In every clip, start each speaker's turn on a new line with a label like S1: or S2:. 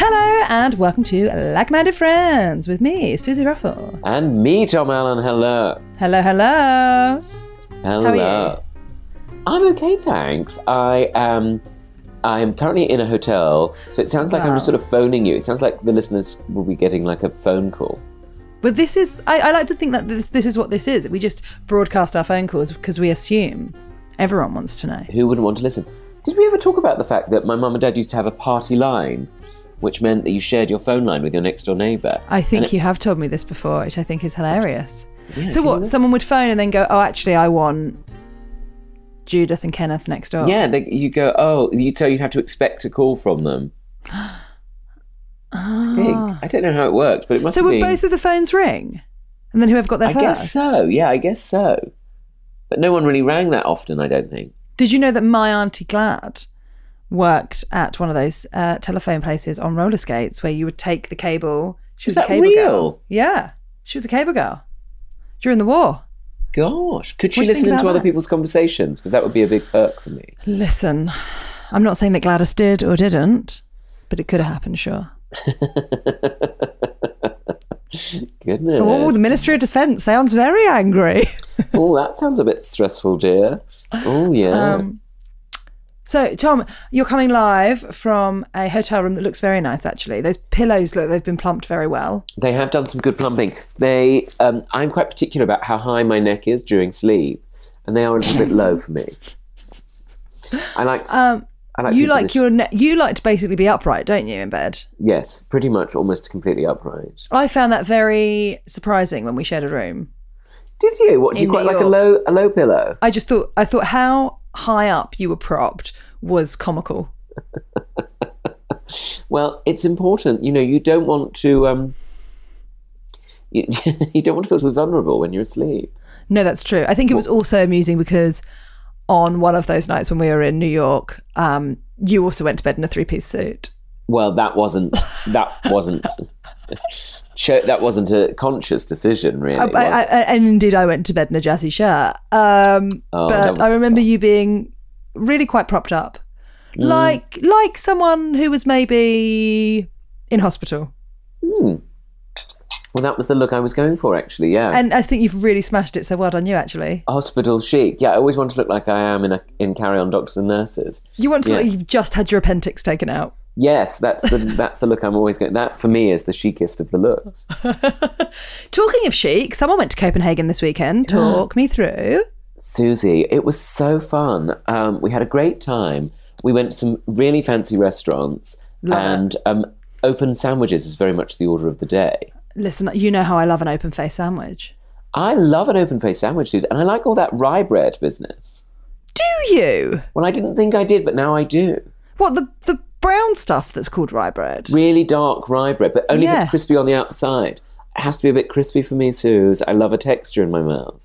S1: and welcome to Like Minded Friends with me, Susie Ruffle.
S2: And me, Tom Allen. Hello.
S1: Hello, hello.
S2: Hello.
S1: are you?
S2: I'm okay, thanks. I am. I am currently in a hotel, so it sounds like I'm just
S1: Wow.
S2: sort of phoning you. It sounds like the listeners will be getting like a phone call.
S1: But this is, I, I like to think that this, this is what this is. We just broadcast our phone calls because we assume everyone wants to know.
S2: Who wouldn't want to listen? Did we ever talk about the fact that my mum and dad used to have a party line, which meant that you shared your phone line with your next door neighbour?
S1: I think
S2: And it-
S1: you have told me this before, which I think is hilarious. so,
S2: can
S1: what? Someone would phone and then go, oh, actually, I want Judith and Kenneth next door.
S2: Yeah, they, you go. Oh, you, so you'd have to expect a call from them. I think. I don't know how it works, but it must.
S1: Ah. So,
S2: have
S1: would
S2: been...
S1: both of the phones ring? And then whoever got there
S2: I
S1: first?
S2: guess so. Yeah, I guess so. But no one really rang that often, I don't think.
S1: Did you know that my auntie Glad worked at one of those uh, telephone places on roller skates where you would take the cable? She
S2: Is
S1: was a
S2: that
S1: cable girl.
S2: real?
S1: Yeah, she was a cable girl during the war.
S2: Gosh, could she
S1: What do you think
S2: listen into
S1: about
S2: other
S1: that?
S2: people's conversations? Because that would be a big perk for me.
S1: Listen, I'm not saying that Gladys did or didn't, but it could have happened, sure.
S2: Goodness.
S1: Oh,
S2: Oh,
S1: the Ministry of Defence sounds very angry.
S2: that sounds a bit stressful, dear. Oh, yeah.
S1: Um, So, Tom, you're coming live from a hotel room that looks very nice, actually. Those pillows look, they've been plumped very well.
S2: they have done some good plumping. They, um, I'm quite particular about how high my neck is during sleep, and they are a little bit low for me. I like. Um, I like
S1: You
S2: people
S1: like
S2: this-
S1: your ne- you like to basically be upright, don't you, in bed?
S2: yes, pretty much almost completely upright.
S1: I found that very surprising when we shared a room.
S2: Did you? What do
S1: In
S2: you quite
S1: New
S2: like a
S1: York.
S2: low a low pillow?
S1: I just thought I thought how high up you were propped was comical.
S2: Well, it's important. You know, you don't want to. Um, you, you don't want to feel too vulnerable when you're asleep.
S1: No, that's true. I think it was also amusing because on one of those nights when we were in New York, um, you also went to bed in a three-piece suit.
S2: Well, that wasn't. That wasn't. cho- that wasn't a conscious decision, really.
S1: I,
S2: was
S1: I,
S2: it?
S1: and indeed, I went to bed in a jazzy shirt. Um,
S2: Oh, that
S1: but
S2: was
S1: I remember you being really quite propped up,
S2: Mm.
S1: like like someone who was maybe in hospital.
S2: well, that was the look I was going for, actually. Yeah,
S1: And I think you've really smashed it. So well done, you actually.
S2: hospital chic. Yeah, I always want to look like I am in a, in Carry On Doctors and Nurses.
S1: You want to look
S2: Yeah.
S1: like you've just had your appendix taken out.
S2: Yes, that's the that's the look I'm always going. That for me is the chicest of the looks.
S1: Talking of chic, someone went to Copenhagen this weekend. Talk me through.
S2: Susie, it was so fun. Um, we had a great time. We went to some really fancy restaurants,
S1: Love
S2: and um, open sandwiches is very much the order of the day.
S1: Listen, you know how I love an open face sandwich.
S2: I love an open faced sandwich, Susie, and I like all that rye bread business.
S1: Do you?
S2: Well, I didn't think I did, but now I do.
S1: What the the brown stuff that's called rye bread?
S2: Really dark rye bread, but only if
S1: Yeah.
S2: it's crispy on the outside. It has to be a bit crispy for me, Suze. I love a texture in my mouth.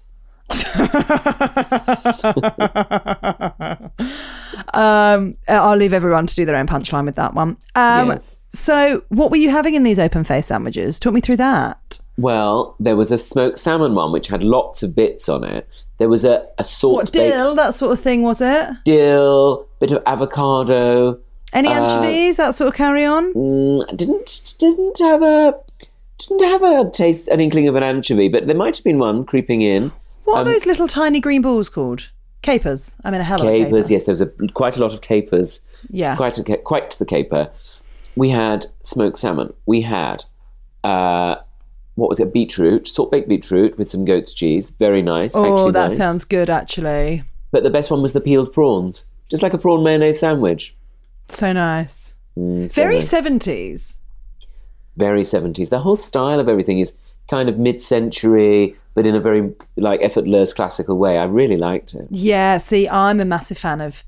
S1: Um, I'll leave everyone to do their own punchline with that one. Um,
S2: Yes.
S1: So, what were you having in these open face sandwiches? Talk me through that.
S2: Well, there was a smoked salmon one which had lots of bits on it. There was a, a salt
S1: What
S2: baked
S1: dill, that sort of thing, was it?
S2: dill, bit of avocado.
S1: Any
S2: Uh,
S1: anchovies, that sort of carry on?
S2: Mm, Didn't didn't have a didn't have a taste an inkling of an anchovy, but there might have been one creeping in.
S1: What
S2: Um,
S1: are those little tiny green balls called? Capers. I mean, a hell of a
S2: Capers,
S1: caper.
S2: yes, there was a, quite a lot of capers.
S1: Yeah.
S2: quite a, ca- quite to the caper. We had smoked salmon. We had uh, what was it? Beetroot, salt baked beetroot with some goat's cheese. Very nice.
S1: Oh,
S2: actually
S1: that
S2: nice.
S1: sounds good, actually.
S2: But the best one was the peeled prawns, just like a prawn mayonnaise sandwich.
S1: So nice.
S2: Mm, so
S1: Very
S2: nice.
S1: 70s.
S2: very 70s. The whole style of everything is kind of mid-century, but in a very like effortless classical way. I really liked it.
S1: Yeah, see, I'm a massive fan of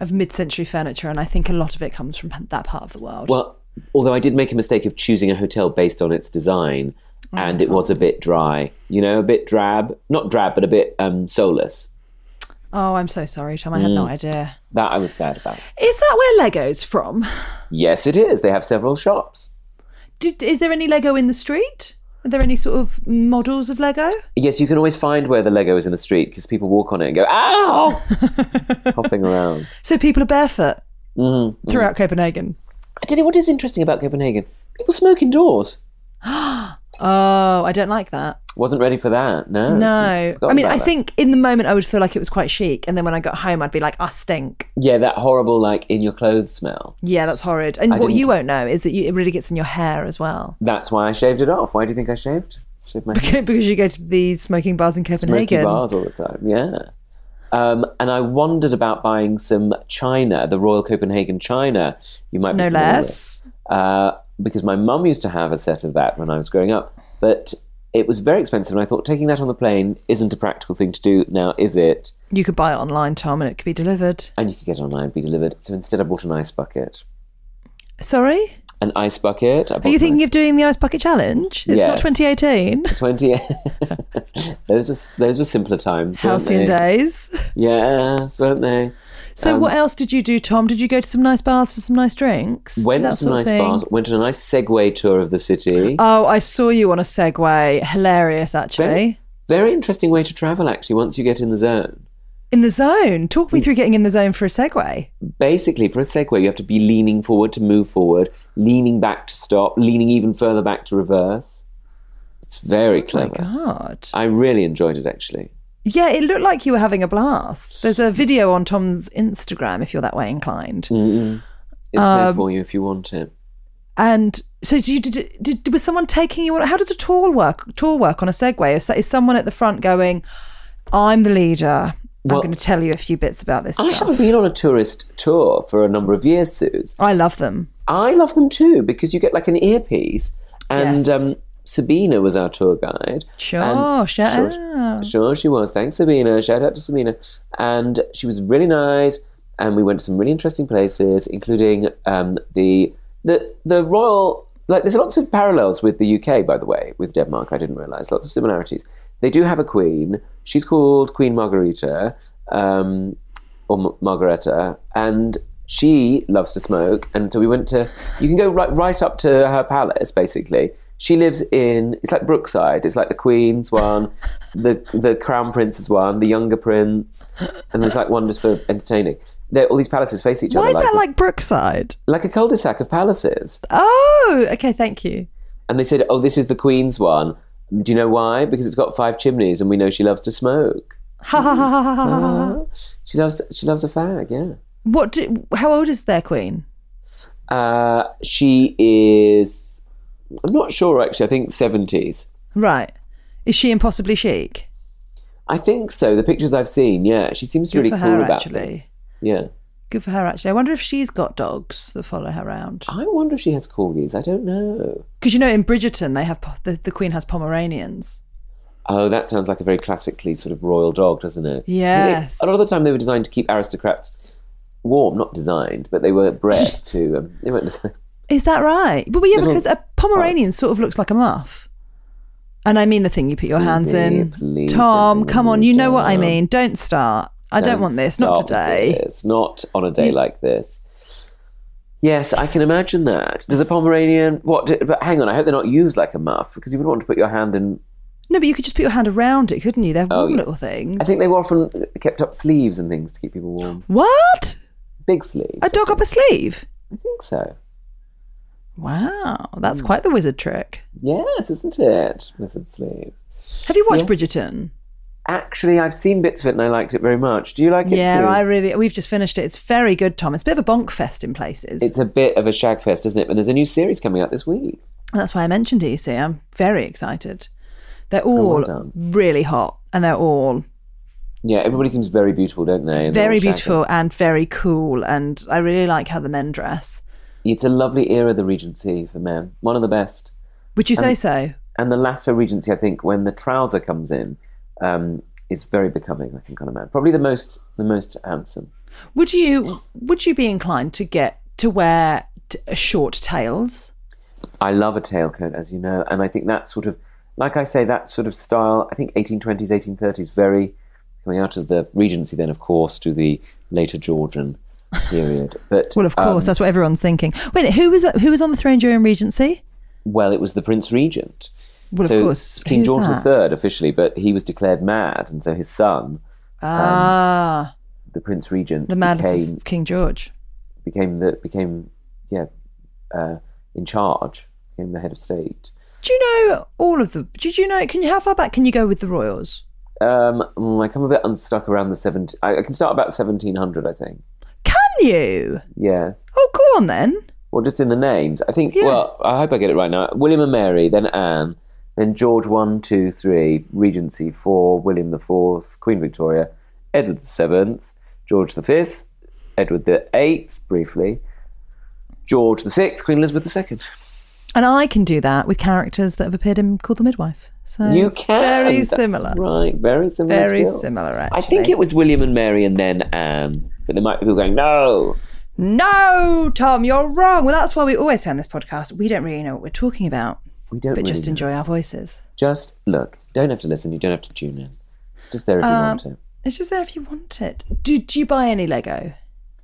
S1: of mid-century furniture, and I think a lot of it comes from that part of the world.
S2: Well, although I did make a mistake of choosing a hotel based on its design, and it was a bit dry. You know, a bit drab, not drab, but a bit um, soulless.
S1: oh, I'm so sorry, Tom. I had no
S2: Mm.
S1: idea.
S2: That I was sad about.
S1: Is that where Lego's from?
S2: Yes, it is. They have several shops.
S1: Did, is there any Lego in the street? Are there any sort of models of Lego?
S2: Yes, you can always find where the Lego is in the street because people walk on it and go, ow! Hopping around. Mm-hmm.
S1: So people are barefoot throughout Copenhagen.
S2: I tell you what is interesting about Copenhagen. People smoke indoors.
S1: Oh, I don't like that.
S2: Wasn't ready for that. No.
S1: No.
S2: Forgotten
S1: I mean,
S2: about
S1: I
S2: that.
S1: think in the moment I would feel like it was quite chic. And then when I got home, I'd be like, I stink.
S2: Yeah, that horrible like in your clothes smell.
S1: Yeah, that's horrid. And
S2: I
S1: what
S2: didn't-
S1: you won't know is that you, it really gets in your hair as well.
S2: That's why I shaved it off. Why do you think I shaved? Shaved my
S1: because you go to these smoking bars in
S2: smoky
S1: Copenhagen.
S2: bars all the time. Yeah. Um, and I wondered about buying some china, the Royal Copenhagen china. You might be
S1: No
S2: familiar with.
S1: less.
S2: uh, because my mum used to have a set of that when I was growing up, but it was very expensive, and I thought taking that on the plane isn't a practical thing to do now, is it?
S1: You could buy it online, Tom, and it could be delivered.
S2: And you could get it online, be delivered. So instead, I bought an ice bucket.
S1: Sorry?
S2: An ice bucket. I
S1: Are
S2: bought
S1: you
S2: an
S1: thinking of doing the ice bucket challenge? It's not
S2: Yes.
S1: 2018.
S2: ice- twenty? those were those were simpler times. weren't
S1: Halcyon
S2: they?
S1: days.
S2: Yes, weren't they?
S1: So,
S2: Um,
S1: what else did you do, Tom? Did you go to some nice bars for some nice drinks?
S2: Went
S1: That
S2: to some
S1: sort of
S2: nice
S1: thing?
S2: bars. Went on a nice Segway tour of the city.
S1: Oh, I saw you on a Segway. Hilarious, actually.
S2: Very- very interesting way to travel, actually. Once you get in the zone.
S1: In the zone. Talk
S2: Hmm.
S1: me through getting in the zone for a Segway.
S2: basically for a segue you have to be leaning forward to move forward leaning back to stop leaning even further back to reverse it's very
S1: My
S2: clever
S1: God.
S2: i really enjoyed it actually
S1: Yeah, it looked like you were having a blast. There's a video on Tom's Instagram if you're that way inclined.
S2: Hmm. it's there for you if you want it
S1: And so, do you, did, did was someone taking you on? How does a tour work? Tour work on a Segway? Is, is someone at the front going, "I'm the leader. I'm
S2: Well-
S1: going to tell you a few bits about this
S2: i
S1: stuff."
S2: haven't been on a tourist tour for a number of years suze
S1: I love them.
S2: i love them too because you get like an earpiece and
S1: Yes.
S2: um, sabina was our tour guide
S1: Sure,
S2: And-
S1: shout out.
S2: Sure, she was. Thanks, Sabina. Shout out to Sabina. And she was really nice. And we went to some really interesting places, including um, the the the royal. Like, there's lots of parallels with the UK, by the way, with Denmark. I didn't realise lots of similarities. They do have a queen. She's called Queen Margarita, um, or M- Margareta, and she loves to smoke. And so we went to. You can go right right up to her palace, basically. She lives in. It's like Brookside. It's like the Queen's one, the the Crown Prince's one, the Younger Prince, and there's like one just for entertaining. They're, all these palaces face each
S1: Why
S2: other
S1: is
S2: like,
S1: that like Brookside?
S2: like a cul-de-sac of palaces.
S1: Oh, okay, thank you.
S2: And they said, "Oh, this is the Queen's one." Do you know why? Because it's got five chimneys, and we know she loves to smoke.
S1: Ha ha ha ha ha.
S2: Uh,
S1: ha.
S2: She loves she loves a fag. Yeah.
S1: What? Do, how old is their queen?
S2: Uh, she is. I'm not sure actually. I think 70s.
S1: Right, is she impossibly chic?
S2: I think so. The pictures I've seen, yeah, she seems
S1: Good
S2: really
S1: for
S2: cool
S1: her,
S2: about
S1: actually.
S2: things. Yeah.
S1: Good for her, actually. I wonder if she's got dogs that follow her around.
S2: I wonder if she has corgis. I don't know.
S1: Because you know, in Bridgerton, they have po- the, the Queen has Pomeranians.
S2: Oh, that sounds like a very classically sort of royal dog, doesn't it?
S1: Yes.
S2: They- a lot of the time they were designed to keep aristocrats warm, not designed, but they were bred to. Um, they weren't designed.
S1: Is that right? But, but yeah,
S2: Little
S1: because a Pomeranian sort of looks like a muff. And I mean the thing you put your hands
S2: Susie,
S1: in.
S2: please
S1: Tom,
S2: don't do
S1: come on, you know what I
S2: that.
S1: mean. Don't start. I don't, want this. Not today.
S2: It's not on a day like this. Yes, I can imagine that. Does a Pomeranian. What? d- But hang on, I hope they're not used like a muff because you wouldn't want to put your hand in.
S1: No, but you could just put your hand around it, couldn't you? They're warm
S2: Oh, yeah.
S1: little things.
S2: I think they were often kept up sleeves and things to keep people warm.
S1: what?
S2: Big sleeves.
S1: A dog up a sleeve?
S2: I think so.
S1: Wow,
S2: Hmm.
S1: that's quite the wizard trick.
S2: Yes, isn't it? Wizard sleeve.
S1: Have you watched Bridgerton?
S2: Actually, I've seen bits of it and I liked it very much. Do you like it?
S1: yeah,
S2: Suze?
S1: I really. We've just finished it. It's very good, Tom. It's a bit of a bonk fest in places.
S2: It's a bit of a shag fest, isn't it? But there's a new series coming out this week.
S1: That's why I mentioned it, you see. I'm very excited. They're all
S2: Oh, done.
S1: really hot and they're all
S2: Yeah, everybody seems very beautiful, don't they? And they're
S1: very
S2: all shaggy.
S1: beautiful and very cool. And I really like how the men dress.
S2: It's a lovely era, the Regency for men. One of the best.
S1: Would you say so?
S2: And the latter Regency, I think, when the trouser comes in, um, is very becoming. I think on a man, probably the most the most handsome.
S1: Would you would you be inclined to get to wear t- uh, short tails?
S2: I love a tailcoat, as you know, and I think that sort of, like I say, that sort of style. I think 1820s, 1830s, very coming out of the Regency, then of course to the later Georgian period. But um,
S1: Well, of course, uh that's what everyone's thinking. Wait, who was who was on the throne during Regency?
S2: well, it was the Prince Regent.
S1: Well, of
S2: so
S1: course,
S2: it's King
S1: who's
S2: George
S1: that?
S2: III officially, but he was declared mad, and so his son,
S1: Ah,
S2: the Prince Regent,
S1: the madness
S2: um, became
S1: of King George.
S2: became the became yeah uh, in charge. became the head of state.
S1: Do you know all of the? Did you know? Can you how far back can you go with the royals?
S2: Um, mm, I come a bit unstuck around the 17... I, I can start about 1700, I think.
S1: Can you?
S2: Yeah.
S1: Oh, go on then.
S2: Well, just in the names. I think,
S1: Yeah.
S2: well, I hope I get it right now. William and Mary, then Anne, then George one, two, three, Regency 4, William the 4th, Queen Victoria, Edward the 7th, George the 5th, Edward the 8th, briefly, George the 6th, Queen Elizabeth the 2nd.
S1: And I can do that with characters that have appeared in Called the Midwife. So
S2: You
S1: it's
S2: can.
S1: very
S2: That's
S1: similar.
S2: Right, very similar.
S1: Very
S2: skills.
S1: similar,
S2: I think
S1: actually.
S2: it was William and Mary and then Anne, but there might be people going, no.
S1: No, Tom, you're wrong. Well, that's why we always say on this podcast we don't really know what we're talking about,
S2: We don't
S1: but
S2: really
S1: just
S2: know.
S1: enjoy our voices.
S2: Just look. Don't have to listen. You don't have to tune in. It's just there if you
S1: Um,
S2: want to.
S1: It's just there if you want it. Did you buy any Lego?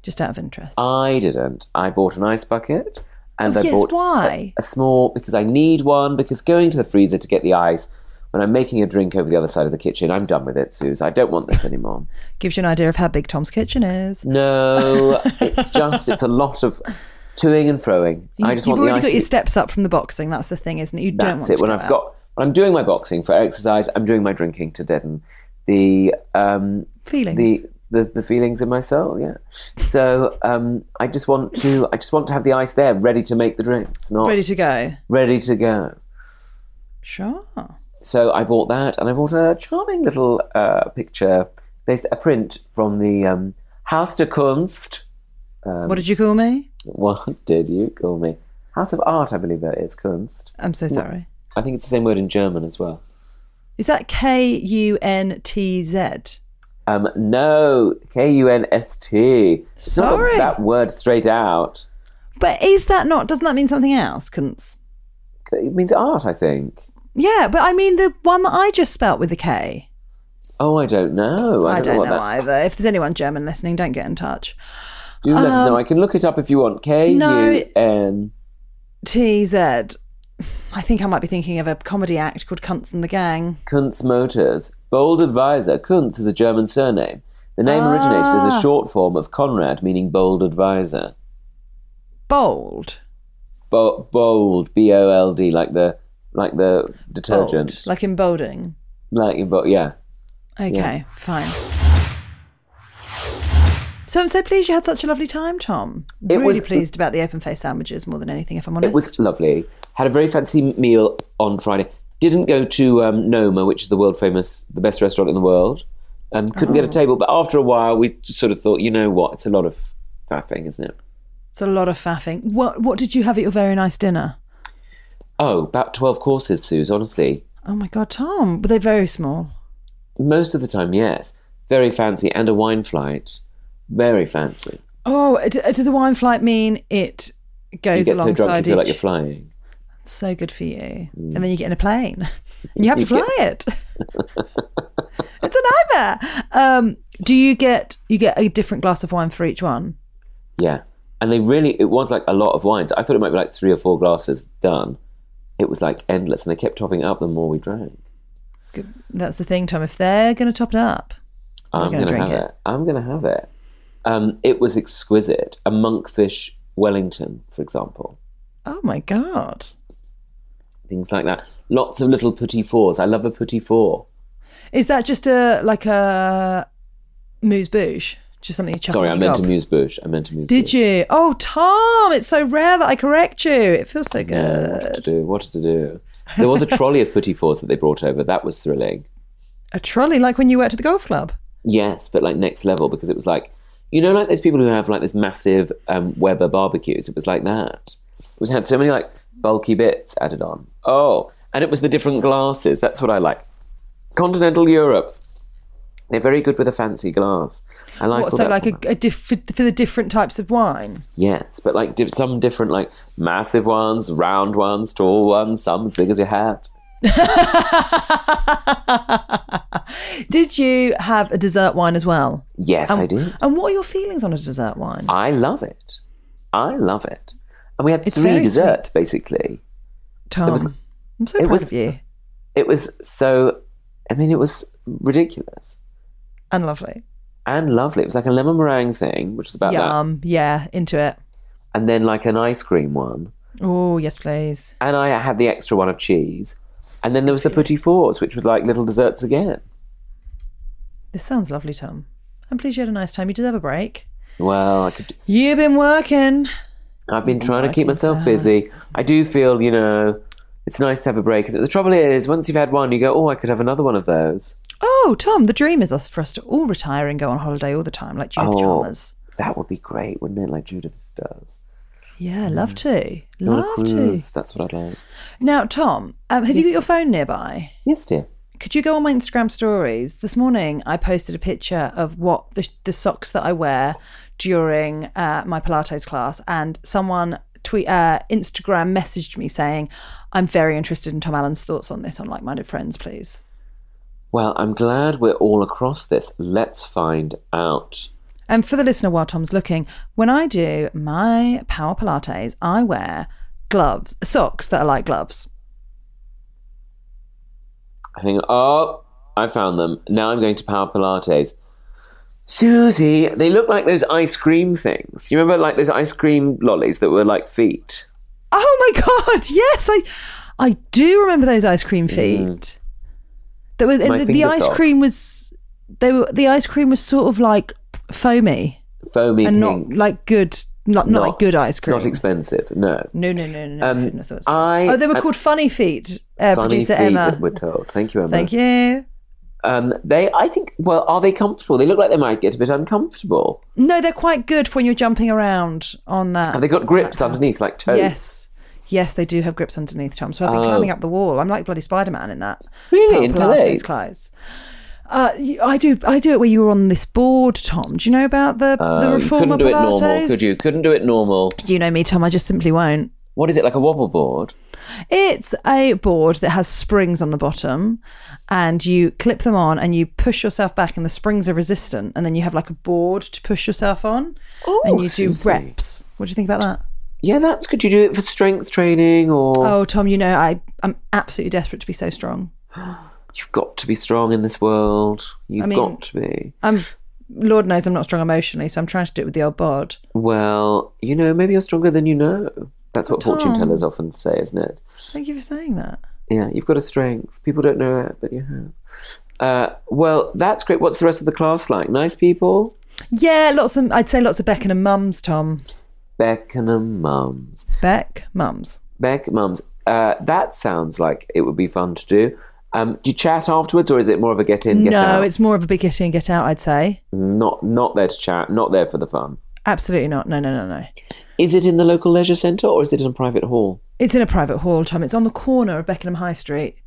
S1: Just out of interest. Oh,
S2: I didn't. I bought an ice bucket and I
S1: yes,
S2: bought
S1: why?
S2: a small because I need one because going to the freezer to get the ice when I'm making a drink over the other side of the kitchen, I'm done with it, Suze. I don't want this anymore.
S1: Gives you an idea of how big Tom's kitchen is.
S2: No, it's just it's a lot of toing and froing. I just
S1: You've
S2: want the
S1: already
S2: ice.
S1: got
S2: to-
S1: your steps up from the boxing. That's the thing, isn't it? You don't
S2: That's
S1: want
S2: it.
S1: to
S2: When
S1: go
S2: I've
S1: out.
S2: got when I'm doing my boxing for exercise, I'm doing my drinking to deaden the um,
S1: feelings.
S2: the, the the feelings in my soul. Yeah. So um, I just want to I just want to have the ice there, ready to make the drinks, not ready,
S1: Ready to go.
S2: to go.
S1: Sure.
S2: Um, So I bought that, and I bought a charming little uh, picture based a print from the um, Haus der Kunst.
S1: what did you call me?
S2: What did you call me? House of Art, I believe that is Kunst.
S1: I'm so sorry.
S2: I think it's the same word in German as well.
S1: Is that K U N T Z?
S2: Um, no, K U N S T. It's not
S1: Sorry.
S2: that word straight out.
S1: But is that not? Doesn't that mean something else, Kunz?
S2: It means art, I think.
S1: Yeah, but I mean the one that I just spelt with a K.
S2: Oh, I don't know.
S1: I
S2: I
S1: don't know,
S2: what that.
S1: either. If there's anyone German listening, don't get in touch.
S2: Do let us
S1: Um,
S2: know. I can look it up if you want. K U N.
S1: T Z. I think I might be thinking of a comedy act called Cunts and the Gang.
S2: Kunz Motors. Bold advisor. Kunz is a German surname. The name
S1: Ah.
S2: originated as a short form of Conrad, meaning bold advisor.
S1: Bold.
S2: Bo- bold, B O L D, like the like the detergent,
S1: Bold. Like emboldening.
S2: like in bo- yeah.
S1: Okay, fine. So I'm so pleased you had such a lovely time, Tom.
S2: It
S1: really
S2: was-
S1: pleased about the open face sandwiches more than anything, if I'm honest.
S2: It was lovely. Had a very fancy meal on Friday. Didn't go to um, Noma, which is the world famous, the best restaurant in the world. Um, couldn't
S1: Oh.
S2: get a table, but after a while, we just sort of thought, you know what? It's a lot of faffing, isn't it?
S1: It's a lot of faffing. What What did you have at your very nice dinner?
S2: Oh, about twelve courses, Suze. Honestly,
S1: Oh my God, Tom! Were they very small?
S2: most of the time, yes. Very fancy and a wine flight. Very fancy.
S1: Oh, d- does a wine flight mean it
S2: You
S1: goes
S2: get so
S1: alongside
S2: drunk you
S1: each?
S2: feel like you're Mm. flying.
S1: so good for you, and then you get in a plane and you have to fly it. it's a nightmare. Um, do you get you get a different glass of wine for each one?
S2: Yeah. And they really, it was like a lot of wines. I thought it might be like three or four glasses done. It was like endless, and they kept topping it up the more we drank.
S1: Good. That's the thing, Tom. If they're going to top it up,
S2: I'm
S1: gonna
S2: going to
S1: drink
S2: have
S1: it.
S2: it. I'm going to have it. Um, it was exquisite. A monkfish Wellington, for example.
S1: oh my God!
S2: Things like that. Lots of little putty fours. I love a putty four.
S1: Is that just a like a mousse bouche? Just something you chuck
S2: Sorry,
S1: in
S2: I
S1: your
S2: meant
S1: gob?
S2: to Muse Bush. I meant to Muse
S1: Did you? Oh, Tom, it's so rare that I correct you. It feels so
S2: Yeah,
S1: good.
S2: what to do? What to do? There was a trolley of putty fours that they brought over. That was thrilling.
S1: A trolley, like when you worked at the golf club.
S2: Yes, but like next level because it was like, you know, like those people who have like this massive um, Weber barbecues. It was like that. It was had so many like bulky bits added on. Oh, and it was the different glasses. That's what I like. Continental Europe. They're very good with a fancy glass. I like
S1: What,
S2: all
S1: so
S2: that
S1: like
S2: format.
S1: a, a diff- for the different types of wine.
S2: yes, but like diff- some different like massive ones, round ones, tall ones, some as big as your hat.
S1: Did you have a dessert wine as well?
S2: Yes, I do.
S1: And what are your feelings on a dessert wine?
S2: I love it. I love it. And we had
S1: very
S2: three
S1: sweet.
S2: desserts basically.
S1: Tom, I'm so proud
S2: was-
S1: of you
S2: it was so i mean it was ridiculous
S1: and lovely.
S2: and lovely it was like a lemon meringue thing which was about that
S1: Yum, yeah, into it.
S2: and then like an ice cream one
S1: Oh, yes, please.
S2: and I had the extra one of cheese. And then there was the petit fours, which were like little desserts again.
S1: This sounds lovely, Tom. I'm pleased you had a nice time. You deserve a break.
S2: Well, I could.
S1: You've been working.
S2: I've been trying to keep
S1: can
S2: myself
S1: tell.
S2: busy. I do feel, you know, it's nice to have a break. 'Cause The trouble is, once you've had one, you go, "Oh, I could have another one of those."
S1: Oh, Tom, the dream is us for us to all retire and go on holiday all the time, like Judith
S2: Oh.
S1: Chalmers.
S2: That would be great, wouldn't it? Like Judith does.
S1: Yeah, love to.
S2: Go on a
S1: Love to.
S2: cruise. That's what I'd like.
S1: Now, Tom, um, have you got your phone nearby?
S2: Yes, dear.
S1: Could you go on my Instagram stories? This morning, I posted a picture of what the, the socks that I wear during uh, my Pilates class, and someone tweet uh, Instagram messaged me saying, "I'm very interested in Tom Allen's thoughts on this on like-minded friends, please."
S2: Well, I'm glad we're all across this. Let's find out.
S1: And for the listener, while Tom's looking, when I do my power Pilates, I wear gloves, socks that are like gloves.
S2: I think, oh, I found them. Now I'm going to Power Pilates. Susie, they look like those ice cream things. You remember, like those ice cream lollies that were like feet?
S1: Oh my god! Yes, I I do remember those ice cream feet. That were
S2: Mm. My
S1: the, the
S2: finger
S1: ice
S2: socks.
S1: cream was they were the ice cream was sort of like foamy
S2: Foamy
S1: and
S2: pink.
S1: not like good, not not like good ice cream.
S2: Not expensive, no.
S1: no, no, no, no.
S2: Um,
S1: I shouldn't have thought so.
S2: I-
S1: oh, they were
S2: I-
S1: called funny feet. Uh,
S2: Funny
S1: producer
S2: feet,
S1: Emma.
S2: we're told. Thank you, Emma.
S1: Thank you.
S2: Um, they, I think, well, are they comfortable? They look like they might get a bit uncomfortable.
S1: No, they're quite good for when you're jumping around on that.
S2: Have they got grips underneath, like toes?
S1: Yes. Yes, they do have grips underneath, Tom. So I've been climbing up the wall. I'm like bloody Spider Man in that.
S2: Oh. Really? In
S1: Pilates
S2: Pilates?
S1: class. Uh, y- I do. I do it where you were on this board, Tom. Do you know about the the
S2: Oh, you
S1: reformer
S2: couldn't do it
S1: Pilates?
S2: normal, could you? Couldn't do it normal.
S1: You know me, Tom. I just simply won't.
S2: What is it, like a wobble board?
S1: It's a board that has springs on the bottom, and you clip them on, and you push yourself back, and the springs are resistant, and then you have like a board to push yourself on,
S2: Oh,
S1: and you do
S2: Susie.
S1: reps. What do you think about that?
S2: Yeah, that's, could you do it for strength training or?
S1: Oh, Tom, you know I I'm absolutely desperate to be so strong.
S2: You've got to be strong in this world. You've
S1: mean-
S2: got to be.
S1: I'm Lord knows I'm not strong emotionally, so I'm trying to do it with the old bod.
S2: Well, you know, maybe you're stronger than you know. That's what fortune tellers often say, isn't it?
S1: Thank you for saying that.
S2: Yeah, you've got a strength. People don't know it, but you have. Uh, well, that's great. What's the rest of the class like? Nice people?
S1: Yeah, lots of I'd say lots of Beckenham mums, Tom.
S2: Beckenham mums.
S1: Beck mums.
S2: Beck mums. Uh, that sounds like it would be fun to do. Um, do you chat afterwards, or is it more of a get in, get
S1: no,
S2: out?
S1: it's more of a big get in, get out. I'd say
S2: not not there to chat. Not there for the fun.
S1: absolutely not. No, no, no, no.
S2: Is it in the local leisure centre, or is it in a private hall?
S1: It's in a private hall, Tom. It's on the corner of Beckenham High Street,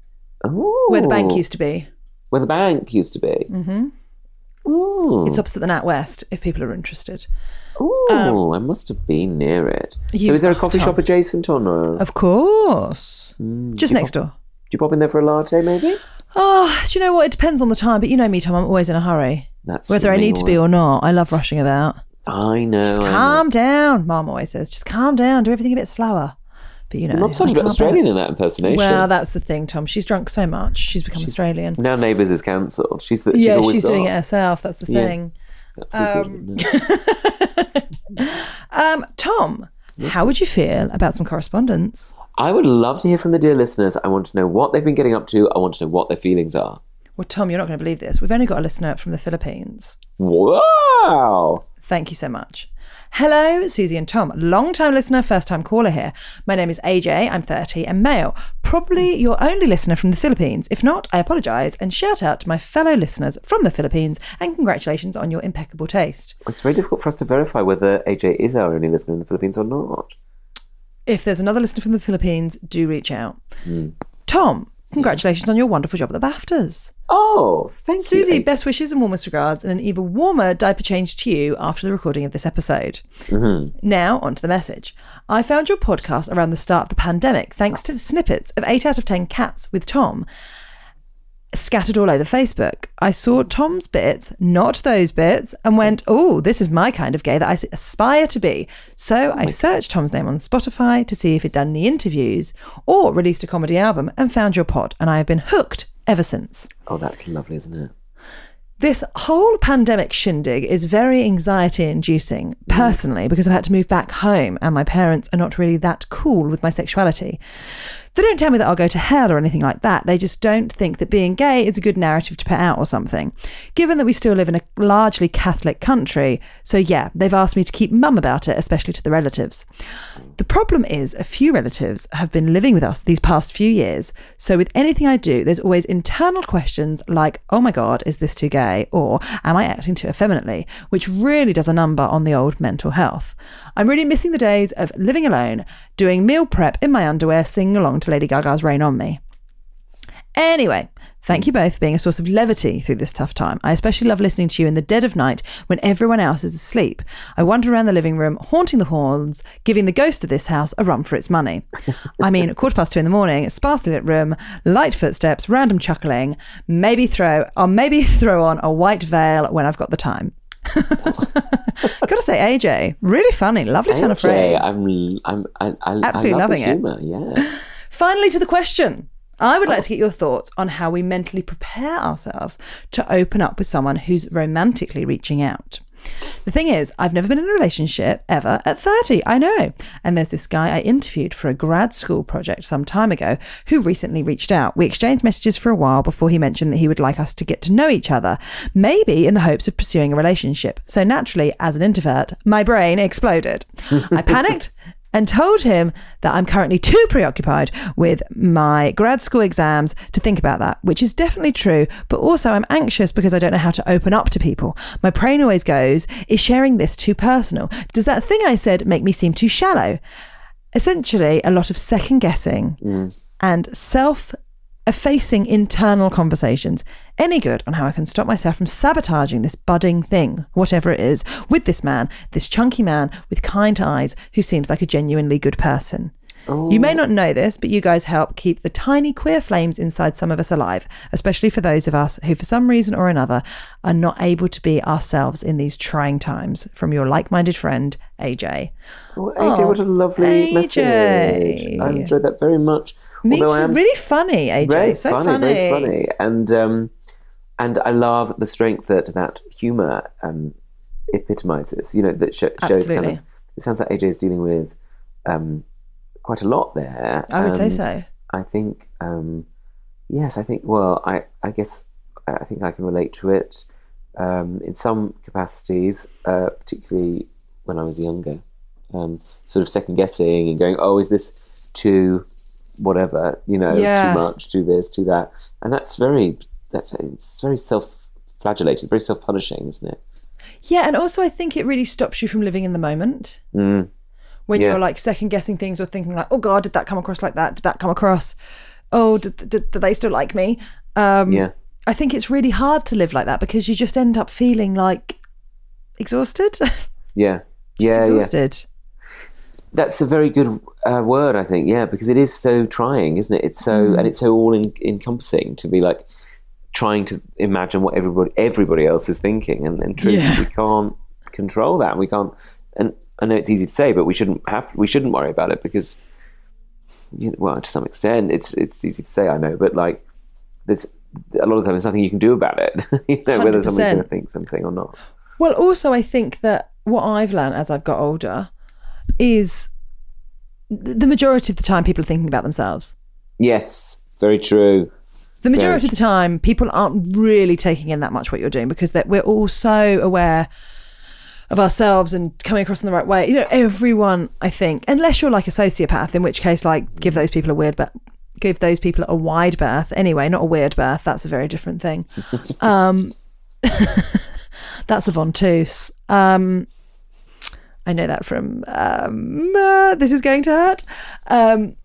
S2: Oh,
S1: where the bank used to be.
S2: where the bank used to be. Mm-hmm. Ooh,
S1: It's opposite the NatWest, if people are interested.
S2: ooh I must have been near it.
S1: um, You-
S2: so, is there a
S1: oh,
S2: coffee shop
S1: Tom.
S2: adjacent or no? Do
S1: Of course, just next door.
S2: you pop in there for a latte, maybe?
S1: Oh, do you know what? It depends on the time, but you know me, Tom. I'm always in a hurry,
S2: That's
S1: whether I
S2: me
S1: need to be
S2: always.
S1: or not. I love rushing about.
S2: I know.
S1: Just
S2: I know.
S1: calm down, Mom always says. Just calm down. Do everything a bit slower. But you know,
S2: Rob
S1: I
S2: sounded a bit
S1: can't
S2: Australian
S1: bear-
S2: in that impersonation.
S1: Well, that's the thing, Tom. She's drunk so much, she's become Australian.
S2: now Neighbours is cancelled. She's the,
S1: yeah,
S2: always
S1: she's doing it
S2: got-
S1: herself. That's the
S2: Yeah.
S1: thing.
S2: Um,
S1: Um, Tom, how would you feel about some correspondence?
S2: I would love to hear from the dear listeners. I want to know what they've been getting up to. I want to know what their feelings are.
S1: Well, Tom, you're not going to believe this. We've only got a listener from the Philippines.
S2: Wow!
S1: Thank you so much. Hello, Susie and Tom. Long time listener, first time caller here. My name is AJ, I'm 30 and male. Probably your only listener from the Philippines. If not, I apologise and shout out to my fellow listeners from the Philippines and congratulations on your impeccable taste.
S2: It's very difficult for us to verify whether AJ is our only listener in the Philippines or not.
S1: If there's another listener from the Philippines, do reach out. Tom, congratulations on your wonderful job at the BAFTAs.
S2: Oh, thank you.
S1: Susie, best wishes and warmest regards, and an even warmer diaper change to you after the recording of this episode.
S2: Mm-hmm.
S1: Now, on to the message. I found your podcast around the start of the pandemic thanks to snippets of 8 out of 10 cats with Tom scattered all over Facebook. I saw Tom's bits, not those bits, and went, oh, this is my kind of gay that I s- aspire to be.
S2: Oh
S1: So I searched Tom's name on Spotify to see if he'd done any interviews or released a comedy album and found your pod, and I have been hooked ever since.
S2: Oh, that's lovely, isn't it?
S1: This whole pandemic shindig is very anxiety inducing, personally, because I've had to move back home and my parents are not really that cool with my sexuality. They don't tell me that I'll go to hell or anything like that. They just don't think that being gay is a good narrative to put out or something. Given that we still live in a largely Catholic country, so yeah, they've asked me to keep mum about it, especially to the relatives. The problem is, a few relatives have been living with us these past few years, so with anything I do, there's always internal questions like, oh my God, is this too gay? Or am I acting too effeminately? Which really does a number on the old mental health. I'm really missing the days of living alone, doing meal prep in my underwear, singing along to Lady Gaga's Rain on Me. Anyway, thank you both for being a source of levity through this tough time. I especially love listening to you in the dead of night when everyone else is asleep. I wander around the living room, haunting the halls, giving the ghost of this house a run for its money. I mean, quarter past two in the morning, sparsely lit room, light footsteps, random chuckling. Maybe throw, or maybe throw on a white veil when I've got the time. Gotta say, AJ, really funny, lovely turn of phrase.
S2: I'm, I'm, I, I,
S1: Absolutely
S2: I love
S1: loving
S2: the
S1: it.
S2: humor. Yeah.
S1: Finally, to the question. I would like to get your thoughts on how we mentally prepare ourselves to open up with someone who's romantically reaching out. The thing is, I've never been in a relationship ever at 30, I know. And there's this guy I interviewed for a grad school project some time ago who recently reached out. We exchanged messages for a while before he mentioned that he would like us to get to know each other, maybe in the hopes of pursuing a relationship. So naturally, as an introvert, my brain exploded. I panicked and told him that I'm currently too preoccupied with my grad school exams to think about that, which is definitely true, but also I'm anxious because I don't know how to open up to people. My brain always goes, is sharing this too personal? Does that thing I said make me seem too shallow? Essentially, a lot of second guessing and self effacing internal conversations. Any good on how I can stop myself from sabotaging this budding thing, whatever it is, with this man, this chunky man with kind eyes who seems like a genuinely good person. You may not know this, but you guys help keep the tiny queer flames inside some of us alive, especially for those of us who, for some reason or another, are not able to be ourselves in these trying times. From your like minded friend, AJ.
S2: Oh, AJ, what a
S1: AJ.
S2: lovely message. I enjoyed that very much.
S1: Me
S2: Although I
S1: too.
S2: am
S1: Really funny, AJ.
S2: very
S1: so
S2: funny,
S1: funny.
S2: very funny, and um, and I love the strength that that humour um, epitomizes. You know, that sho shows kind
S1: Absolutely.
S2: of. It sounds like AJ is dealing with um, quite a lot there.
S1: I would say
S2: and
S1: so.
S2: I think um, yes, I think. Well, I I guess I I think I can relate to it um, in some capacities, uh, particularly when I was younger. Um, sort of second guessing and going, oh, is this too whatever? You know,
S1: Yeah.
S2: too much, too this, too that, and that's very that's it's very self-flagellated, very self-punishing, isn't it?
S1: Yeah, and also I think it really stops you from living in the moment. When
S2: Mm. Yeah.
S1: you're like second guessing things or thinking like, oh God, did that come across like that? Did that come across? Oh, did, did, did they still like me? Um,
S2: Yeah.
S1: I think it's really hard to live like that because you just end up feeling like exhausted. Just
S2: Yeah. Yeah, yeah.
S1: exhausted.
S2: That's a very good uh, word, I think. Yeah, because it is so trying, isn't it? It's so and it's so all en- encompassing to be like trying to imagine what everybody everybody else is thinking, and in truth,
S1: Yeah.
S2: we can't control that. We can't. And I know it's easy to say, but we shouldn't have we shouldn't worry about it because, you know, well, to some extent, it's it's easy to say. I know, but like there's a lot of times there's nothing you can do about it. you know, whether somebody's
S1: 100%.
S2: going to think something or not.
S1: Well, also, I think that what I've learned as I've got older is th- the majority of the time people are thinking about themselves.
S2: Yes, very true.
S1: The majority of the time, people aren't really taking in that much what you're doing because that we're all so aware of ourselves and coming across in the right way. You know, everyone, I think, unless you're like a sociopath, in which case, like, give those people a weird birth, give those people a wide berth. Anyway, not a weird berth. That's a very different thing. Um, that's a von Toos. Um, I know that from um, uh, this is going to hurt. Um,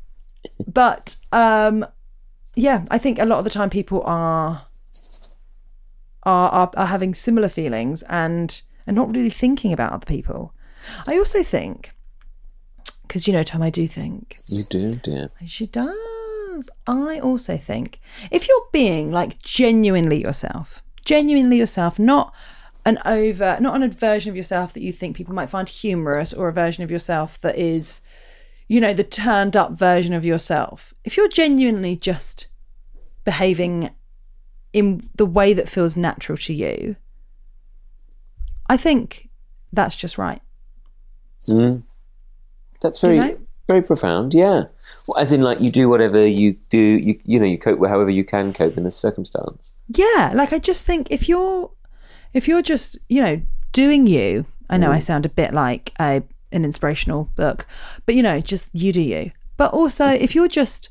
S1: but um, yeah, I think a lot of the time people are are are, are having similar feelings and and not really thinking about other people. I also think because you know, Tom, I do think
S2: You do, dear.
S1: she does. I also think if you're being like genuinely yourself, genuinely yourself, not an over, not an version of yourself that you think people might find humorous or a version of yourself that is, you know, the turned up version of yourself. If you're genuinely just behaving in the way that feels natural to you, I think that's just right.
S2: Mm. That's very
S1: know?
S2: very profound. Yeah, well, as in like you do whatever you do. You you know you cope with however you can cope in this circumstance.
S1: Yeah, like I just think if you're if you're just, you know, doing you, I know I sound a bit like a an inspirational book, but you know, just you do you. But also if you're just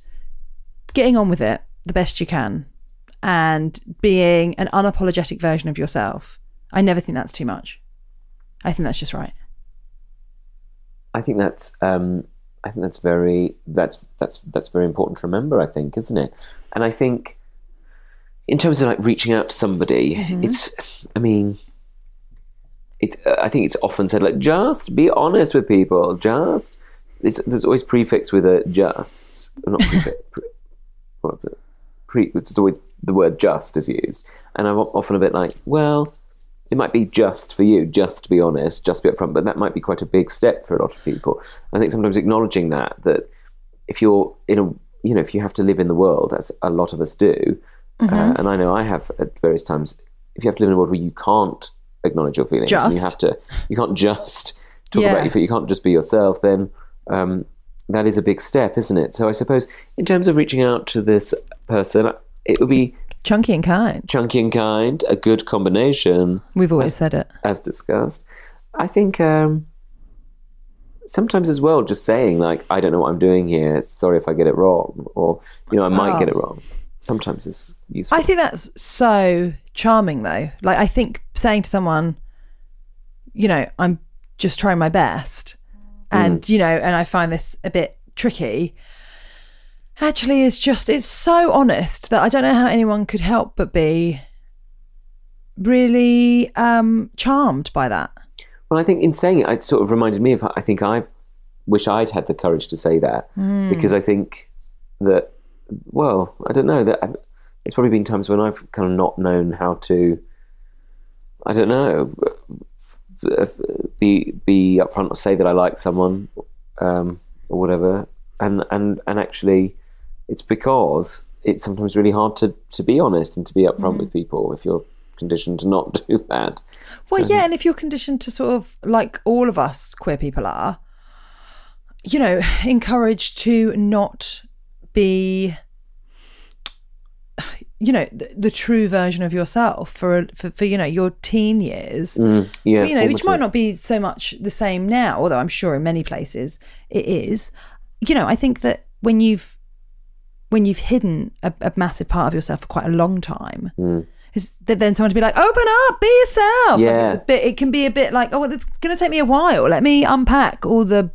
S1: getting on with it the best you can and being an unapologetic version of yourself, I never think that's too much. I think that's just right.
S2: I think that's um, I think that's very that's that's that's very important to remember. I think, isn't it? And I think in terms of like reaching out to somebody, it's I mean. It's, uh, I think it's often said like just be honest with people. Just it's, there's always prefix with a just, not prefix. pre, what's it? Pre, it's always the word just is used, and I'm o- often a bit like, well, it might be just for you, just to be honest, just to be upfront, but that might be quite a big step for a lot of people. I think sometimes acknowledging that that if you're in a you know if you have to live in the world as a lot of us do, uh, and I know I have at various times, if you have to live in a world where you can't acknowledge your feelings, and you
S1: Just.
S2: have to you can't just talk
S1: Yeah.
S2: about your fe- you can't just be yourself, then um, that is a big step, isn't it? So I suppose in terms of reaching out to this person, it would be
S1: Chunky and kind.
S2: chunky and kind, a good combination
S1: We've always said it.
S2: as discussed. I think um, sometimes as well, just saying like, "I don't know what I'm doing here. Sorry if I get it wrong," or you know, "I might get it wrong." Sometimes it's useful.
S1: I think that's so charming, though. Like, I think saying to someone, you know, I'm just trying my best, and you know, and I find this a bit tricky. Actually, is just it's so honest that I don't know how anyone could help but be really um charmed by that.
S2: well, I think in saying it, it sort of reminded me of. I think I wish I'd had the courage to say that
S1: Hmm.
S2: because I think that. Well, I don't know that. I, it's probably been times when I've kind of not known how to. I don't know. Be be upfront or say that I like someone, um, or whatever, and and and actually, it's because it's sometimes really hard to to be honest and to be
S1: Hmm.
S2: upfront with people if you're conditioned to not do that.
S1: Well, yeah, and if you're conditioned to sort of like all of us queer people are, you know, encouraged to not be, you know, the, the true version of yourself for for, for you know your teen years,
S2: Yeah,
S1: you know, which
S2: formative.
S1: might not be so much the same now, although I'm sure in many places it is. You know, I think that when you've when you've hidden a, a massive part of yourself for quite a long time,
S2: Mm.
S1: is that then someone to be like, "Open up, be yourself." Like,
S2: Yeah.
S1: it's a bit. It can be a bit like, "Oh, well, it's going to take me a while. Let me unpack all the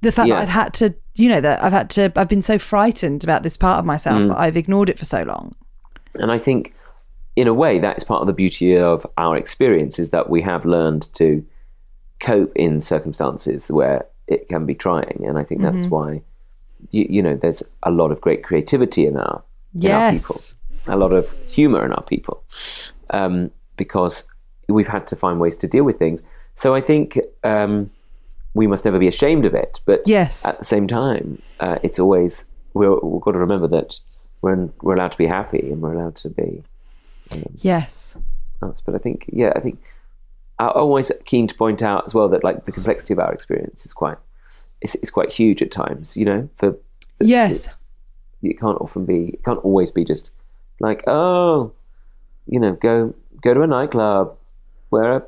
S1: the fact
S2: Yeah.
S1: that I've had to." You know that I've had to. I've been so frightened about this part of myself
S2: Mm.
S1: that I've ignored it for so long.
S2: And I think, in a way, that's part of the beauty of our experience is that we have learned to cope in circumstances where it can be trying. And I think
S1: Mm-hmm.
S2: that's why, you, you know, there's a lot of great creativity in our,
S1: Yes.
S2: in our people, a lot of humor in our people, um, because we've had to find ways to deal with things. So I think um, we must never be ashamed of it. But
S1: Yes.
S2: at the same time, uh, it's always we're, we've got to remember that we're we're allowed to be happy and we're allowed to be
S1: Yes.
S2: us. But I think yeah, I think I'm always keen to point out as well that like the complexity of our experience is quite it's, it's quite huge at times. You know, for that
S1: Yes.
S2: it's- it can't often be it can't always be just like oh, you know, go go to a nightclub, wear a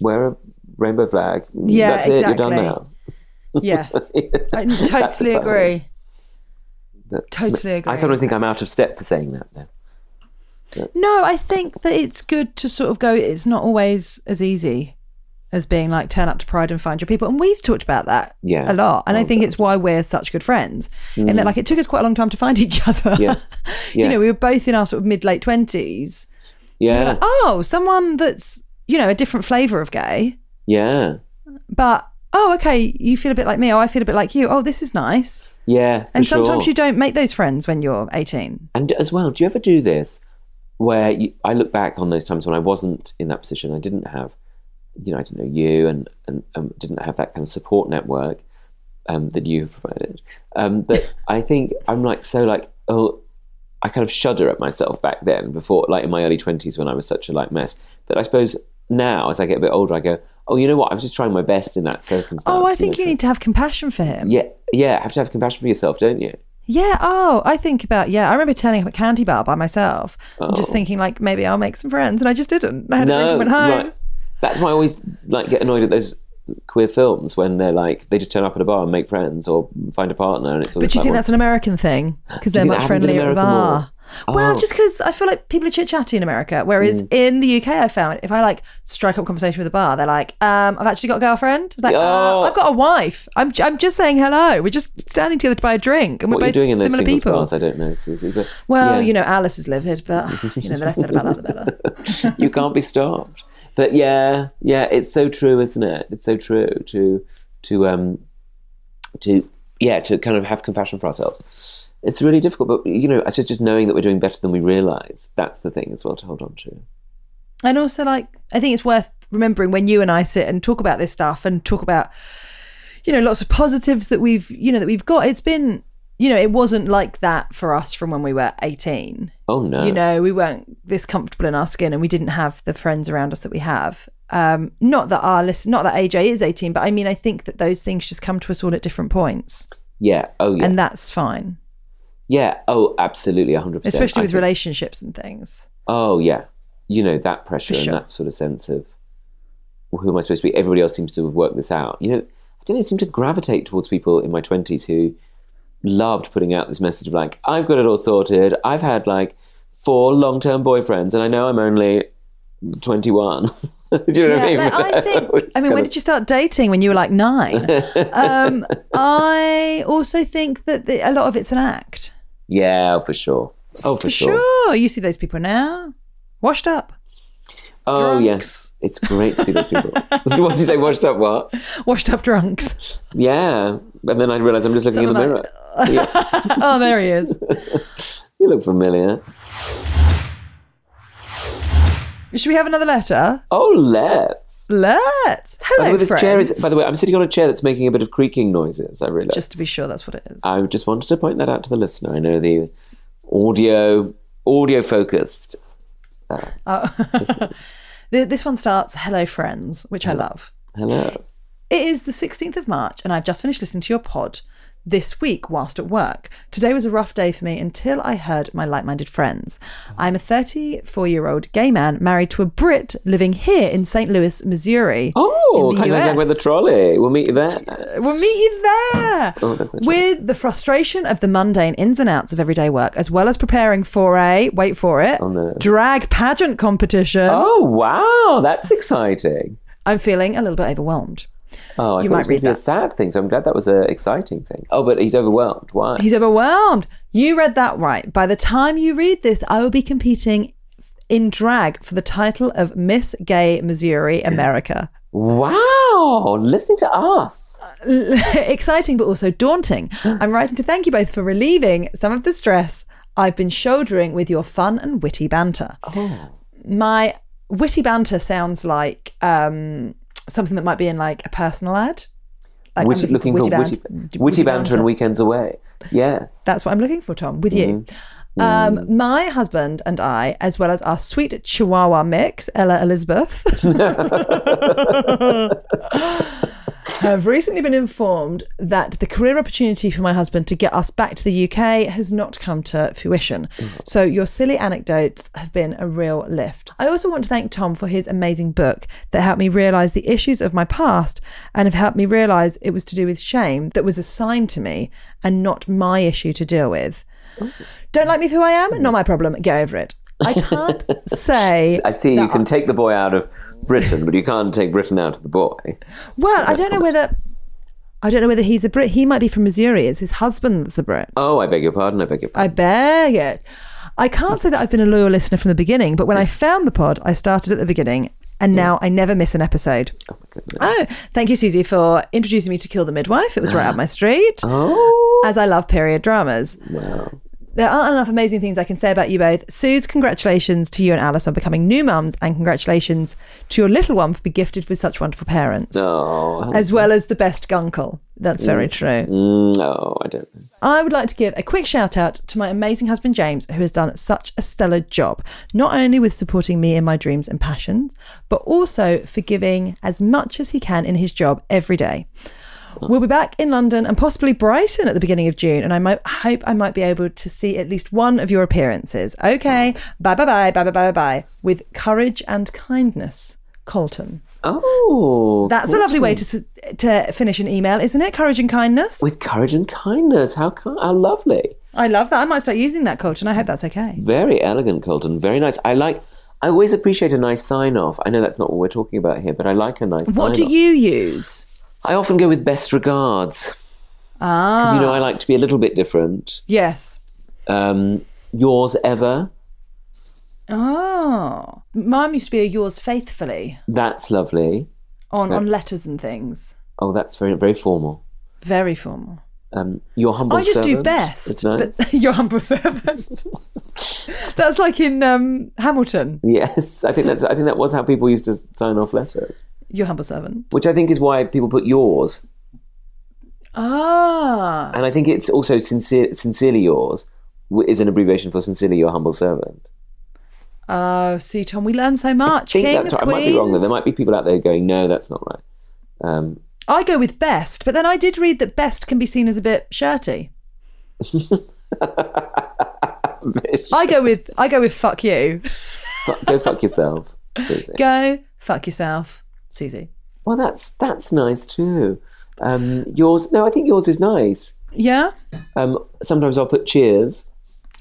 S2: wear a rainbow flag.
S1: Yeah,
S2: that's it. You're done
S1: exactly.
S2: now.
S1: Yes. I
S2: That's
S1: totally
S2: about it.
S1: agree.
S2: But-
S1: Totally agree.
S2: I sometimes think I'm out of step for saying that. Now.
S1: No, I think that it's good to sort of go, it's not always as easy as being like turn up to Pride and find your people. And we've talked about that
S2: Yeah. Mm.
S1: a lot. And I think it's why we're such good friends. In that like it took us quite a long time to find each other.
S2: Yeah.
S1: you
S2: Yeah.
S1: know, we were both in our sort of mid late twenties.
S2: Yeah,
S1: Oh, someone that's, you know, a different flavour of gay,
S2: yeah,
S1: but oh, okay, you feel a bit like me, oh I feel a bit like you. Oh, this is nice.
S2: yeah.
S1: And sometimes you don't make those friends when you're eighteen.
S2: and as well. Do you ever do this where you, I look back on those times when I wasn't in that position? I didn't have, you know, I didn't know you, and and um, didn't have that kind of support network um, that you provided. Um, but I think I'm like so like oh, I kind of shudder at myself back then, before like in my early twenties when I was such a like mess. But I suppose now, as I get a bit older, I go, oh, you know what? I was just trying my best in that circumstance.
S1: Oh, I
S2: know,
S1: think you
S2: try-
S1: need to have compassion for him.
S2: Yeah, yeah. Have to have compassion for yourself, don't you?
S1: Yeah. Oh, I think about yeah. I remember turning up at Candy Bar by myself and just
S2: Oh.
S1: thinking like maybe I'll make some friends, and I just didn't. I had a drink and went home.
S2: right. That's why I always like get annoyed at those queer films when they're like they just turn up at a bar and make friends or find a partner, and it's all.
S1: But
S2: just
S1: do you
S2: like,
S1: think that's an American thing? Because they're
S2: think that
S1: much
S2: happens in Oh.
S1: friendlier at the bar.
S2: America
S1: Well, just because I feel like people are chit chatty in America,
S2: Mm.
S1: whereas in the UK, I found if I like strike up conversation with a bar, they're like, um, "I've actually got a girlfriend. Like, "Uh,
S2: Oh.
S1: I've got a wife. I'm, I'm just saying hello. We're just standing together to buy a drink, and we're
S2: what you're
S1: both
S2: doing in those
S1: similar
S2: singles
S1: people."
S2: bars, I don't know, Susie. But
S1: Well,
S2: yeah.
S1: you know, Alice is livid, but you know, the less said about that, the better.
S2: you can't be stopped. But yeah, yeah, it's so true, isn't it? It's so true to to um to yeah to kind of have compassion for ourselves. It's really difficult, but you know, I suppose just knowing that we're doing better than we realise, that's the thing as well to hold on to.
S1: And also, like, I think it's worth remembering when you and I sit and talk about this stuff and talk about, you know, lots of positives that we've, you know, that we've got. It's been, you know, it wasn't like that for us from when we were 18.
S2: Oh no,
S1: You know, we weren't this comfortable in our skin and we didn't have the friends around us that we have. Um, not that our list, not that AJ is 18, but I mean, I think that those things just come to us all at different points
S2: yeah, oh yeah,
S1: and that's fine,
S2: yeah, oh absolutely, hundred percent.
S1: especially with relationships and things.
S2: Oh yeah, you know that pressure
S1: sure.
S2: and that sort of sense of well, who am I supposed to be? Everybody else seems to have worked this out. You know, I don't know, I seem to gravitate towards people in my twenties who loved putting out this message of like, I've got it all sorted. I've had like four long-term boyfriends, and I know I'm only twenty-one. Do you know
S1: Yeah,
S2: what I
S1: like,
S2: mean?
S1: I think.
S2: It's
S1: I mean,
S2: kind
S1: when
S2: of-
S1: did you start dating? When you were like nine. um, I also think that the, a lot of it's an act.
S2: yeah, for sure. Oh, for,
S1: For
S2: sure.
S1: sure. you see those people now, washed up,
S2: Oh
S1: Drunks.
S2: yes, it's great to see those people. what did you say? Washed up? What?
S1: washed up drunks.
S2: Yeah, and then I realised I'm just looking in the
S1: Something
S2: mirror.
S1: like- oh, there he is.
S2: You look familiar.
S1: Should we have another letter?
S2: Oh, let's.
S1: Let's.
S2: By the
S1: Hello,
S2: way, this
S1: friends.
S2: chair is. By the way, I'm sitting on a chair that's making a bit of creaking noises. I realise.
S1: Just to be sure, that's what it is.
S2: I just wanted to point that out to the listener. I know the audio, audio focused.
S1: Th- This one starts, "Hello, friends," which I love.
S2: Hello.
S1: It is the 16th of March, and I've just finished listening to your pod this week whilst at work. Today was a rough day for me until I heard my like minded friends. I'm a 34 year old gay man married to a Brit living here in St. Louis, Missouri.
S2: Oh,
S1: In the
S2: kind of
S1: US.
S2: like with the trolley. We'll meet you there.
S1: We'll meet you there.
S2: Oh, that's not
S1: With the frustration of the mundane ins and outs of everyday work, as well as preparing for a, wait for it,
S2: Oh, no.
S1: drag pageant competition,
S2: Oh wow, that's exciting.
S1: I'm feeling a little bit overwhelmed.
S2: Oh, I
S1: You
S2: thought
S1: might
S2: it was going
S1: read
S2: to be a
S1: that.
S2: sad thing, so I'm glad that was an exciting thing. Oh, but he's overwhelmed. Why?
S1: He's overwhelmed. You read that right. By the time you read this, I will be competing in drag for the title of Miss Gay Missouri America.
S2: wow, listening to us.
S1: Exciting, but also daunting.
S2: Mm.
S1: I'm writing to thank you both for relieving some of the stress I've been shouldering with your fun and witty banter.
S2: Oh.
S1: My witty banter sounds like um, something that might be in like a personal ad. Like, I'm
S2: Witty, looking for witty,
S1: bant-
S2: witty banter and weekends away. Yes.
S1: That's what I'm looking for, Tom, with you. Um, my husband and I, as well as our sweet Chihuahua mix, Ella Elizabeth, have recently been informed that the career opportunity for my husband to get us back to the UK has not come to fruition. So your silly anecdotes have been a real lift. I also want to thank Tom for his amazing book that helped me realise the issues of my past and have helped me realise it was to do with shame that was assigned to me and not my issue to deal with. Don't like me for who I am? Not my problem. Get over it. I can't say
S2: I see you can take the boy out of Britain, but you can't take Britain out of the boy.
S1: Well, I don't know whether I don't know whether he's a Brit. He might be from Missouri. It's his husband that's a Brit.
S2: Oh, I beg your pardon. I beg your pardon.
S1: I beg it. I can't say that I've been a loyal listener from the beginning, but when I found the pod, I started at the beginning, and now I never miss an episode.
S2: Oh, my goodness.
S1: Oh, thank you, Susie, for
S2: Ah.
S1: introducing me to Kill the Midwife. It was right up my street,
S2: Oh,
S1: as I love period dramas.
S2: wow.
S1: There aren't enough amazing things I can say about you both. Suze, congratulations to you and Alice on becoming new mums, and congratulations to your little one for being gifted with such wonderful parents,
S2: No,
S1: as well as the best gunkle. That's very true.
S2: Mm. no, I don't. know.
S1: I would like to give a quick shout out to my amazing husband James, who has done such a stellar job, not only with supporting me in my dreams and passions, but also for giving as much as he can in his job every day. We'll be back in London and possibly Brighton at the beginning of June, and I might, hope I might be able to see at least one of your appearances. Okay, bye bye bye bye bye bye bye. With courage and kindness, Colton.
S2: Oh,
S1: That's a lovely way to s- to finish an email, isn't it? Courage and kindness.
S2: with courage and kindness. How ki- how lovely.
S1: I love that. I might start using that, Colton. I hope that's okay.
S2: Very elegant, Colton. Very nice. I like. I always appreciate a nice sign off. I know that's not what we're talking about here, but I like a nice.
S1: What do
S2: sign-off.
S1: you use?
S2: I often go with best regards
S1: Ah,
S2: because you know I like to be a little bit different.
S1: yes.
S2: Um, yours ever.
S1: Oh, mine used to be a yours faithfully
S2: That's lovely.
S1: on on letters and things.
S2: Oh, that's very very formal.
S1: Very formal.
S2: Um, your humble.
S1: I just do
S2: servant.
S1: best,
S2: It's nice.
S1: but your humble servant. That's like in um, Hamilton,
S2: Yes, I think that's. I think that was how people used to sign off letters,
S1: your humble servant.
S2: which I think is why people put yours,
S1: Ah,
S2: and I think it's also sincere, sincerely yours w- is an abbreviation for sincerely your humble servant.
S1: oh, see, Tom, we learn so
S2: I
S1: much.
S2: think
S1: Kings,
S2: that's right. I
S1: queens.
S2: might be wrong though. There might be people out there going, "No, that's not right." Um,
S1: I go with best, but then I did read that best can be seen as a bit shirty. I go with I go with fuck you.
S2: fu- go fuck yourself. Susie.
S1: Go fuck yourself, Susie.
S2: Well, that's that's nice too. Um, yours? No, I think yours is nice.
S1: Yeah.
S2: Um, sometimes I'll put cheers.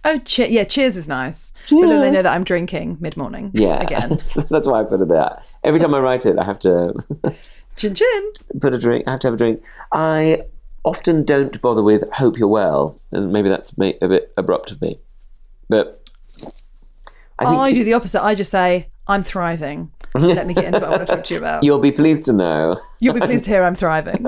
S1: Oh, che- yeah. Cheers is nice. But then they know
S2: Cheers.
S1: that I'm drinking mid morning.
S2: Yeah,
S1: Again.
S2: So that's why I put it there. Every time I write it, I have to
S1: Chin chin.
S2: put a drink. I have to have a drink. I often don't bother with "Hope you're well," and maybe that's ma- a bit abrupt of me, but I think
S1: I do the opposite. I just say I'm thriving. Let me get into what I want to talk to you about.
S2: you'll be pleased to know.
S1: You'll be pleased to hear I'm thriving.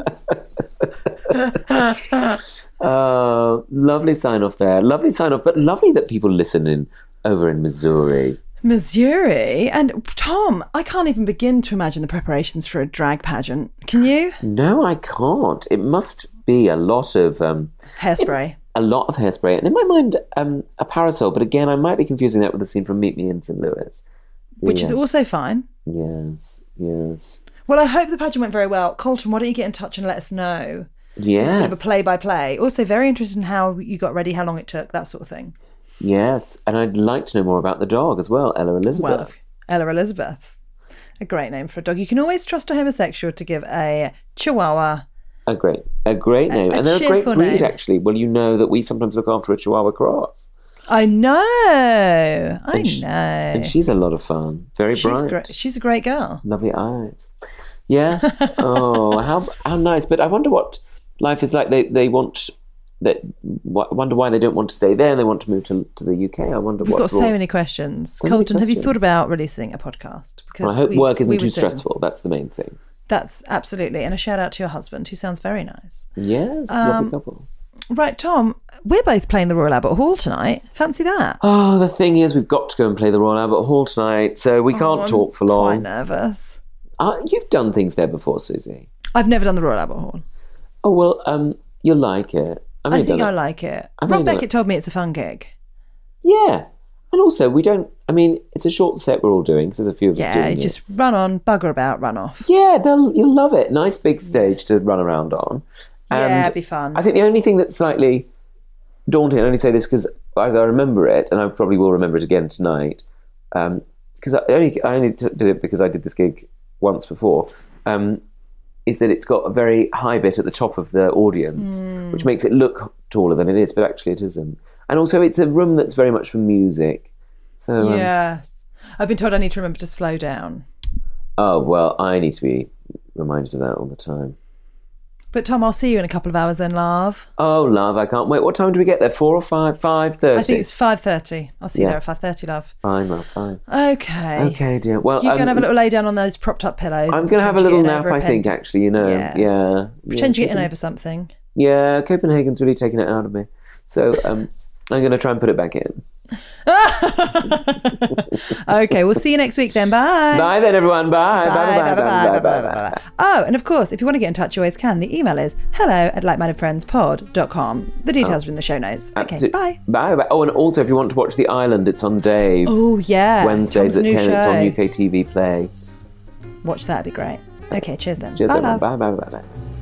S2: Uh, lovely sign off there. Lovely sign off, but lovely that people listen in over in Missouri.
S1: Missouri and Tom. I can't even begin to imagine the preparations for a drag pageant. Can you?
S2: No, I can't. It must be a lot of um,
S1: Hairspray.
S2: a lot of hairspray, and in my mind, um, a parasol. But again, I might be confusing that with the scene from Meet Me in St. Louis.
S1: Which is also fine.
S2: Yes, yes,
S1: Well, I hope the pageant went very well. Colton, why don't you get in touch and let us know? Kind of a
S2: yes,
S1: play by play. Also, very interested in how you got ready, how long it took, that sort of thing.
S2: yes. And I'd like to know more about the dog as well, Ella Elizabeth.
S1: Well, Ella Elizabeth. A great name for a dog. You can always trust a homosexual to give a chihuahua.
S2: a great, a great name,
S1: a
S2: and they're a great
S1: cheerful
S2: breed,
S1: name.
S2: actually. Well, you know that we sometimes look after a Chihuahua cross,
S1: I know. I
S2: sh-
S1: know.
S2: and she's a lot of fun. Very
S1: she's,
S2: bright.
S1: great. she's a great girl.
S2: lovely eyes. Yeah. Oh, how how nice. But I wonder what life is like. They they want that. wh- Wonder why they don't want to stay there and they want to move to to the UK. I wonder
S1: We've
S2: what.
S1: got so
S2: draws-
S1: many questions.
S2: many
S1: Colton, have you thought
S2: questions.
S1: about releasing a podcast? Because
S2: Well, I hope
S1: we-
S2: work
S1: we
S2: isn't
S1: would
S2: too
S1: do.
S2: stressful. That's the main thing.
S1: That's absolutely. And a shout out to your husband, who sounds very nice.
S2: Yes,
S1: Um,
S2: lovely couple.
S1: Right, Tom, we're both playing the Royal Albert Hall tonight. Fancy that.
S2: Oh, the thing is, we've got to go and play the Royal Albert Hall tonight, so we can't
S1: Oh, I'm
S2: talk for
S1: Quite
S2: long.
S1: nervous.
S2: Uh, you've done things there before, Susie.
S1: I've never done the Royal Albert Hall.
S2: Oh well, um, you'll like it. I've
S1: I
S2: only
S1: think
S2: done
S1: I
S2: it-
S1: like it.
S2: I've
S1: Rob
S2: only done
S1: Beckett told me it's a fun gig.
S2: Yeah, and also we don't. I mean, it's a short set we're all doing because there's a few of us doing
S1: Yeah,
S2: it.
S1: just run on, bugger about, run off.
S2: Yeah, they'll you'll love it. Nice big stage to run around on. And
S1: yeah, it'd be fun.
S2: I think the only thing that's slightly daunting, I only say this because as I remember it, and I probably will remember it again tonight, because I only I only t- did it because I did this gig once before. Um, is that it's got a very high bit at the top of the audience,
S1: Hmm.
S2: which makes it look taller than it is, but actually it isn't. And also, it's a room that's very much for music. So, um,
S1: yes. I've been told I need to remember to slow down.
S2: oh well, I need to be reminded of that all the time.
S1: But Tom, I'll see you in a couple of hours then, love.
S2: Oh, love, I can't wait. What time do we get there? Four or five? Five thirty.
S1: I think it's five thirty. I'll see you
S2: Yeah.
S1: there at five thirty, love.
S2: fine, love, fine.
S1: Okay.
S2: Okay, dear. Well,
S1: You're
S2: um,
S1: gonna have a little lay down on those propped up pillows.
S2: I'm going to have a little nap. I think,
S1: Actually.
S2: actually, you know,
S1: Yeah.
S2: yeah. yeah.
S1: Pretend you're getting
S2: Copen-
S1: over something.
S2: Yeah, Copenhagen's really taken it out of me. So, um, I'm going to try and put it back in.
S1: Okay, we'll see you next week then. Bye.
S2: Bye then, everyone. Bye. Bye. Bye. Bye. Bye. Bye. Bye. Bye.
S1: bye. Oh, and of course, if you want to get in touch, you always can. The email is hello at lightmindedfriendspod.com. The details are in the show notes. Okay,
S2: Oh. Absolute-
S1: bye.
S2: Bye. Bye. Oh, and also, if you want to watch The Island, it's on Dave
S1: Oh, yeah.
S2: Wednesdays
S1: Tom's
S2: at
S1: new
S2: 10. It's on
S1: show.
S2: UK TV Play.
S1: Watch that, it'd be great. Okay, cheers then.
S2: Cheers,
S1: bye,
S2: everyone.
S1: love.
S2: Bye. Bye. Bye. Bye.